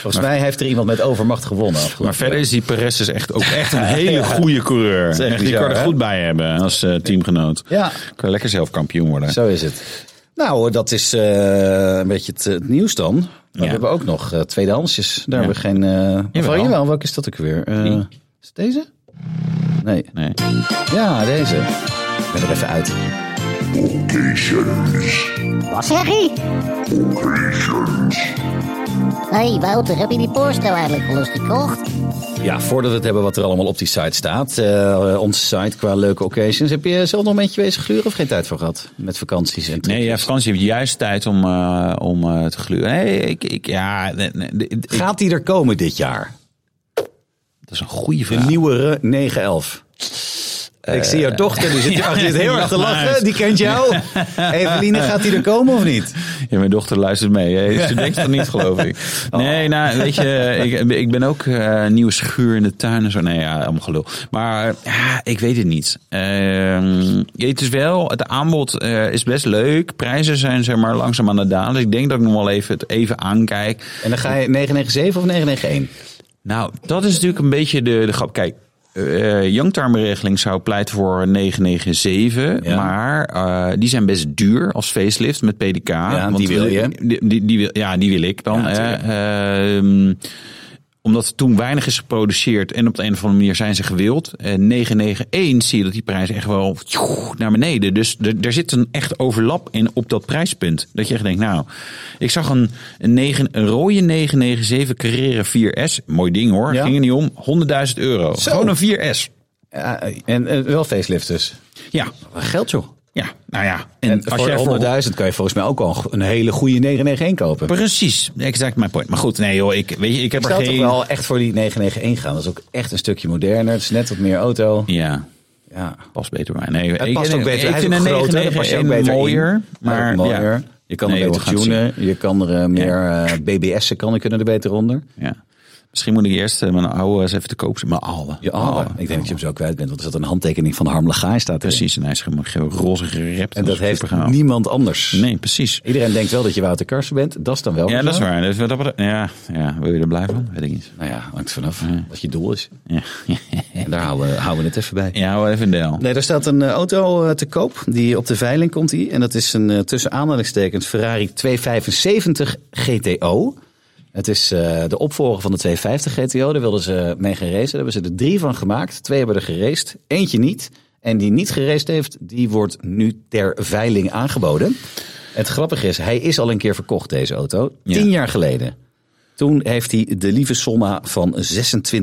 B: Volgens mij heeft er iemand met overmacht gewonnen. afgelopen
A: Maar verder is die Perez is echt ook echt een hele goede coureur.
B: is echt
A: Echt, die
B: bizar,
A: kan er
B: hè?
A: goed bij hebben als eh, teamgenoot.
B: Ja.
A: Kan lekker zelf kampioen worden.
B: Zo is het. Nou, dat is eh, een beetje het, eh, het nieuws dan. Maar we
A: Ja.
B: hebben ook nog eh tweedehandsjes. Daar
A: Ja.
B: hebben we geen... eh
A: Jawel.
B: jawel. jawel, welke is dat ook weer? Eh,
A: Die.
B: is het deze? Nee.
A: Nee.
B: Ja, deze. Ik ben er even uit.
D: Wat zeg je? Hé hey Wouter, heb je die Porsche nou eigenlijk al eens gekocht?
B: Ja, voordat we het hebben wat er allemaal op die site staat. eh, onze site qua leuke occasions. Heb je zelf nog een beetje bezig gluren of geen tijd voor gehad? Met vakanties en
A: Nee, ja,
B: tripjes?
A: Frans, je hebt juist tijd om, eh, om eh, te gluren. Nee, ik, ik, ja, nee, nee, ik-
B: Gaat die er komen dit jaar?
A: dat is een goede
B: De
A: vraag.
B: nieuwe Re 911. ik zie jouw dochter, die zit hier achter je het heel erg te
A: lach maar.
B: lachen. Die kent jou. Eveline, gaat die er komen of niet?
A: Ja, mijn dochter luistert mee. Hè. Ze denkt het niet, geloof ik. Nee, nou, weet je, ik, ik ben ook eh nieuwe schuur in de tuin en zo. Nee, ja, allemaal gelul. Maar eh, ja, ik weet het niet. Ehm, het is wel, het aanbod eh, is best leuk. Prijzen zijn zeg maar langzaam aan het dalen. Dus ik denk dat ik nog wel even het even aankijk.
B: En dan ga je 997 of 991?
A: Nou, dat is natuurlijk een beetje de, de grap. Kijk, eh youngtimerregeling zou pleiten voor 997.
B: Ja.
A: Maar eh, die zijn best duur als facelift met PDK. Ja,
B: die wil je.
A: Die, die, die wil, ja, die wil ik dan. eh.
B: Ja, natuurlijk.
A: hè. Ehm, omdat er toen weinig is geproduceerd en op de een of andere manier zijn ze gewild. En 991 zie je dat die prijs echt wel tjoe, naar beneden. Dus er, er zit een echt overlap in op dat prijspunt. Dat je echt denkt, nou, ik zag een, een, 9, een rode 997 Carrera 4S. Mooi ding hoor,
B: Ja.
A: ging er niet om. 100.000 euro.
B: Zo.
A: Gewoon een 4S.
B: Ja, en eh, wel facelift dus.
A: Ja,
B: Geld joh.
A: ja, nou ja.
B: En,
A: jij
B: voor 100.000 kan je volgens mij ook al een hele goede 991 kopen.
A: Precies, exact mijn point. Maar goed, nee joh, ik, weet je, ik heb
B: Ik
A: er
B: zou
A: geen...
B: toch wel echt voor die 991 gaan. Dat is ook echt een stukje moderner. Het is net wat meer auto.
A: Ja,
B: Ja.
A: past beter bij. Nee,
B: Het past
A: ik,
B: ook beter.
A: Ik
B: Hij
A: vind
B: is
A: een
B: ook groter. Daar pas je ook
A: 991
B: beter in.
A: mooier. Maar
B: Ook mooier.
A: Ja.
B: Je kan
A: Nee,
B: er
A: we
B: beter
A: gaan het
B: tunen. Je kan er eh, meer eh, BBS'en kan er kunnen er beter onder.
A: zien. Ja. Misschien moet ik eerst eh, mijn oude eens even te koop zetten. Mijn oude.
B: Je oude. Oh, ik denk dat je hem zo kwijt bent, want er zat een handtekening van Harm Lagaai staat erin.
A: Precies, en hij is gewoon gewoon roze gerept.
B: En dat
A: is
B: heeft
A: supergaaf.
B: niemand anders.
A: Nee, precies.
B: Iedereen denkt wel dat je Wouter Karsen bent. Dat is dan wel.
A: Ja,
B: weer
A: dat is
B: zo.
A: waar. Dus wat dat betreft- ja, ja, wil je er blij van? Weet ik niet.
B: Nou ja, hangt vanaf wat je doel is.
A: Ja,
B: En daar houden we, houden we het even bij.
A: ja hou even een deel.
B: Nee, daar staat een eh, auto eh, te koop. Die op de veiling komt die. En dat is een eh, tussen aanhalingstekens Ferrari 275 GTO. Het is eh, de opvolger van de 250 GTO. Daar wilden ze mee gaan racen. Daar hebben ze er drie van gemaakt. Twee hebben er geraced. Eentje niet. En die niet geraced heeft, die wordt nu ter veiling aangeboden. Het grappige is, hij is al een keer verkocht, deze auto.
A: Ja.
B: Tien jaar geleden. Toen heeft hij de lieve somma van 26,5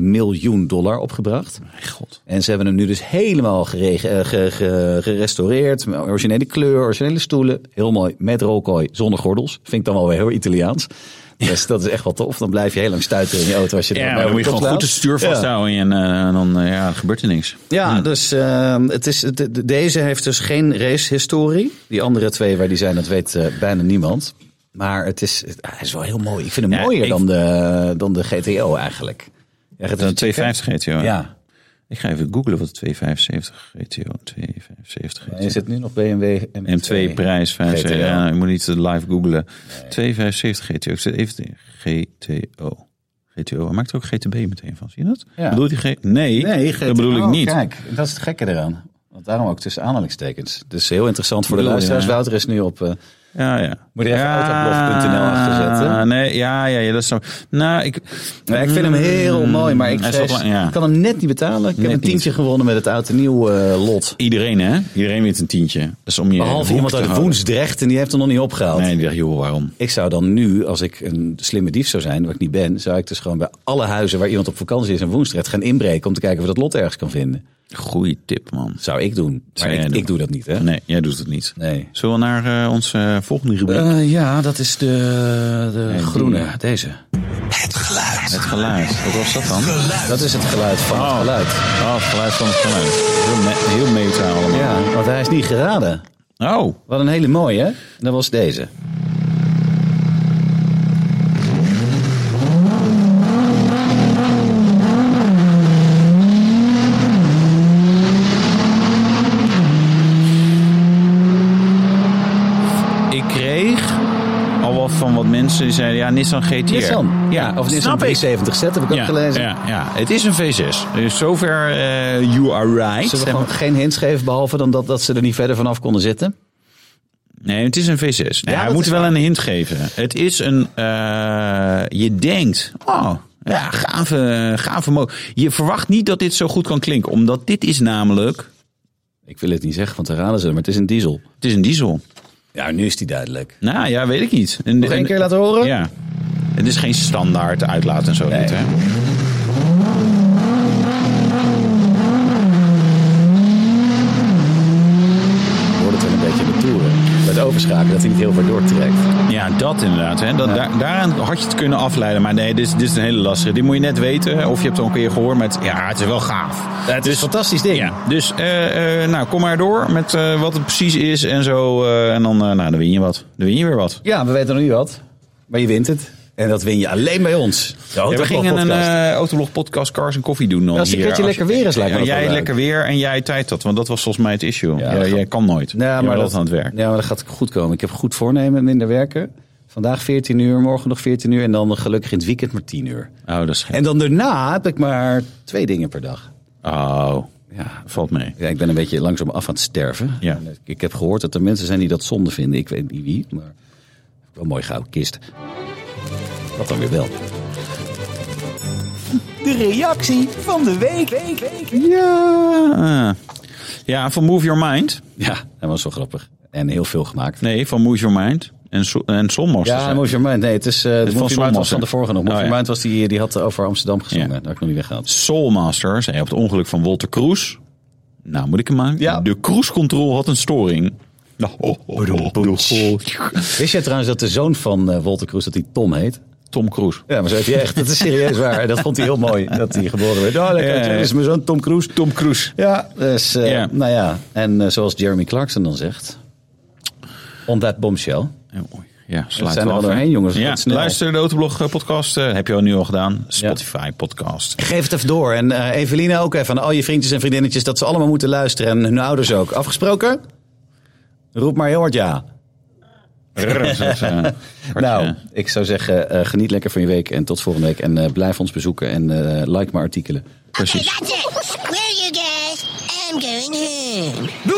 B: miljoen dollar opgebracht.
A: God.
B: En ze hebben hem nu dus helemaal gerege- eh, ge- ge- gerestaureerd. Met Originele kleur, originele stoelen. Heel mooi. Met rolkooi, zonder gordels. Vind ik dan wel weer heel Italiaans. Dus dat is echt wel tof. Dan blijf je heel lang stuiteren in je auto als je
A: Ja,
B: dan
A: maar dan moet je gewoon goed het stuur
B: vasthouden.
A: vasthouden en, eh, en dan eh, ja, gebeurt er niks.
B: Ja, dus eh, het is, het- de- deze heeft dus geen racehistorie. Die andere twee waar die zijn, dat weet eh, bijna niemand. Maar het is, het- ah, hij is wel heel mooi. Ik vind hem
A: Ja,
B: mooier
A: ik-
B: dan, de, dan de GTO eigenlijk. Ja,
A: Dat is een 250 GTO. hè?
B: Ja,
A: Ik ga even googlen wat 275 GTO, 275 GTO.
B: je zit nu nog BMW
A: M2 prijs 5
B: GTO.
A: Ja, ik moet niet live googlen. 275 GTO. Ik zet even in. GTO. GTO. Hij maakt er ook GTB meteen van. Zie je dat?
B: Ja.
A: Bedoelt hij G? Nee,
B: Nee, GTO.
A: dat bedoel ik
B: Oh,
A: niet.
B: Kijk, dat is het gekke eraan. Want daarom ook tussen aanhalingstekens. Dus heel interessant voor de
A: Bedoel,
B: luisteraars.
A: ja.
B: Wouter is nu op. eh,
A: Ja, ja.
B: Moet je even autoblog.nl achterzetten?
A: Nee, ja, ja, ja, dat is zo. Nou, ik,
B: nou, ik vind hem heel mooi, maar ik
A: Hij is wel
B: vrees-
A: lang, ja.
B: ik kan hem net niet betalen. Ik heb
A: Net
B: een tientje gewonnen met het oud en nieuw eh, lot.
A: Iedereen, hè? Iedereen wint een tientje. Dus om je hoek
B: Behalve iemand
A: te
B: uit
A: houden.
B: Woensdrecht en die heeft hem nog niet opgehaald.
A: Nee, die dacht, joh, waarom?
B: Ik zou dan nu, als ik een slimme dief zou zijn, wat ik niet ben, zou ik dus gewoon bij alle huizen waar iemand op vakantie is in Woensdrecht gaan inbreken om te kijken of we dat lot ergens kan vinden.
A: Goeie tip, man.
B: Zou ik doen. Maar
A: Zou jij
B: ik,
A: doen?
B: ik doe dat niet, hè?
A: Nee, jij doet het niet.
B: Nee.
A: Zullen we naar eh, ons eh, volgende rubriek?
B: Eh, ja, dat is de, de groene, deze.
C: Het geluid.
A: Het geluid. Wat was dat dan?
B: Dat is het geluid van het geluid.
A: Oh, het geluid van het geluid. Heel, me- heel meta allemaal.
B: Ja, want hij is niet geraden.
A: Oh,
B: Wat een hele mooie, hè? En dat was deze.
A: ik kreeg al wat van wat mensen die zeiden, ja, Nissan GT-R.
B: Nissan. Ja, of Nissan
A: snap ik.
B: 370 Z heb ik ook
A: Ja,
B: gelezen.
A: ja, ja, het is een V6. Dus zover eh, you are right.
B: Ze
A: zeg
B: hebben
A: maar.
B: gewoon geen hints geven, behalve dan dat, dat ze er niet verder vanaf konden zitten.
A: Nee, het is een V6. Nee, hij
B: dat
A: moet
B: is
A: wel een hint geven. Het is een. eh, je denkt. Oh, ja, gave, gave mo. Je verwacht niet dat dit zo goed kan klinken. Omdat dit is namelijk.
B: Ik wil het niet zeggen, want dan raden ze, maar het is een diesel.
A: Het is een diesel.
B: Ja, nu is die duidelijk.
A: Nou ja, weet ik niet. Een,
B: Nog één keer laten horen?
A: Ja. Het is geen standaard uitlaat en zo.
B: Nee.
A: Niet, hè?
B: Je hoort het wel een beetje in de toeren. Met overschakelen, dat hij niet heel ver doortrekt.
A: Ja, dat inderdaad. Hè. Dat, daar- daaraan had je het kunnen afleiden. Maar nee, dit is, dit is een hele lastige. Die moet je net weten. Of je hebt het al een keer gehoord. Met, ja, het is wel gaaf.
B: Het is een fantastisch ding.
A: Ja, dus eh, eh, nou, kom maar door met eh, wat het precies is en zo. eh, en dan, eh, nou, dan win je wat. Dan win je weer wat.
B: Ja, we weten nog niet wat. Maar je wint het. En dat win je alleen bij ons. De
A: Ja, we
B: Autoblog
A: gingen een
B: Podcast.
A: eh autoblog podcast Cars en Koffie doen dan
B: Ja, als het
A: hier.
B: een keertje
A: Als je-
B: lekker weer is, lijkt me
A: Ja,
B: dat wel
A: jij
B: leuk.
A: lekker weer en jij tijd dat. Want dat was volgens mij het issue.
B: Ja,
A: Ja,
B: dat
A: jij kan nooit.
B: Ja, maar dat,
A: aan het werk.
B: Ja, maar dat gaat goed komen. Ik heb goed voornemen, minder werken. Vandaag 14 uur, morgen nog 14 uur en dan gelukkig in het weekend maar 10 uur.
A: Oh, dat is gek.
B: En dan daarna heb ik maar twee dingen per dag.
A: Oh,
B: Ja,
A: valt mee.
B: ja ik ben een beetje langzaam af aan het sterven.
A: Ja.
B: En ik- Ik heb gehoord dat er mensen zijn die dat zonde vinden. Ik weet niet wie, maar wel mooi gouden kist. Dat dan weer wel.
C: De reactie van de week. week, week.
A: Ja. Ja, van Move Your Mind.
B: Ja, dat was zo grappig. En heel veel gemaakt.
A: Nee, van Move Your Mind. En, so en Sommers.
B: Ja, Move Your Mind. Nee, het is eh de Move Your Mind was
A: Sommers,
B: van
A: hè?
B: de vorige nog. Move
A: Oh,
B: Your
A: ja.
B: Mind was die, die had eh, over Amsterdam gezongen.
A: Ja.
B: Dat heb ik nog niet weggehaald.
A: Soulmaster zei op het ongeluk van Walter Kroes. Nou, moet ik hem maken?
B: Ja.
A: De cruise control had een storing. Nou, oh, oh, oh, oh, oh.
B: Wist jij trouwens dat de zoon van eh, Walter Kroes, dat hij Tom heet?
A: Tom Cruise.
B: Ja, maar zo heet hij echt. Dat is serieus waar. Dat vond hij heel mooi, dat hij geboren werd. Oh, lekker.
A: Ja, ja.
B: dat is mijn zoon Tom Cruise.
A: Tom Cruise.
B: Ja, dus, eh,
A: Ja.
B: nou ja. En eh, zoals Jeremy Clarkson dan zegt... On that bombshell.
A: Ja, mooi. Ja, sluit
B: zijn
A: wel
B: er al
A: af, hè?
B: doorheen, jongens. Het
A: Ja,
B: gaat snel.
A: luister de Autoblog eh, podcast. eh, heb je al nu al gedaan. Spotify podcast.
B: Geef het even door. En eh Evelina ook even. Aan al je vriendjes en vriendinnetjes. Dat ze allemaal moeten luisteren. En hun ouders ook. Afgesproken? Roep maar heel hard ja.
A: Rrr, zo, zo. Hartje.
B: Nou, ik zou zeggen, eh, geniet lekker van je week. En tot volgende week. En eh, blijf ons bezoeken. En eh, like mijn artikelen.
A: precies.
D: That's it. Where you guys? I'm going home.
C: Doei!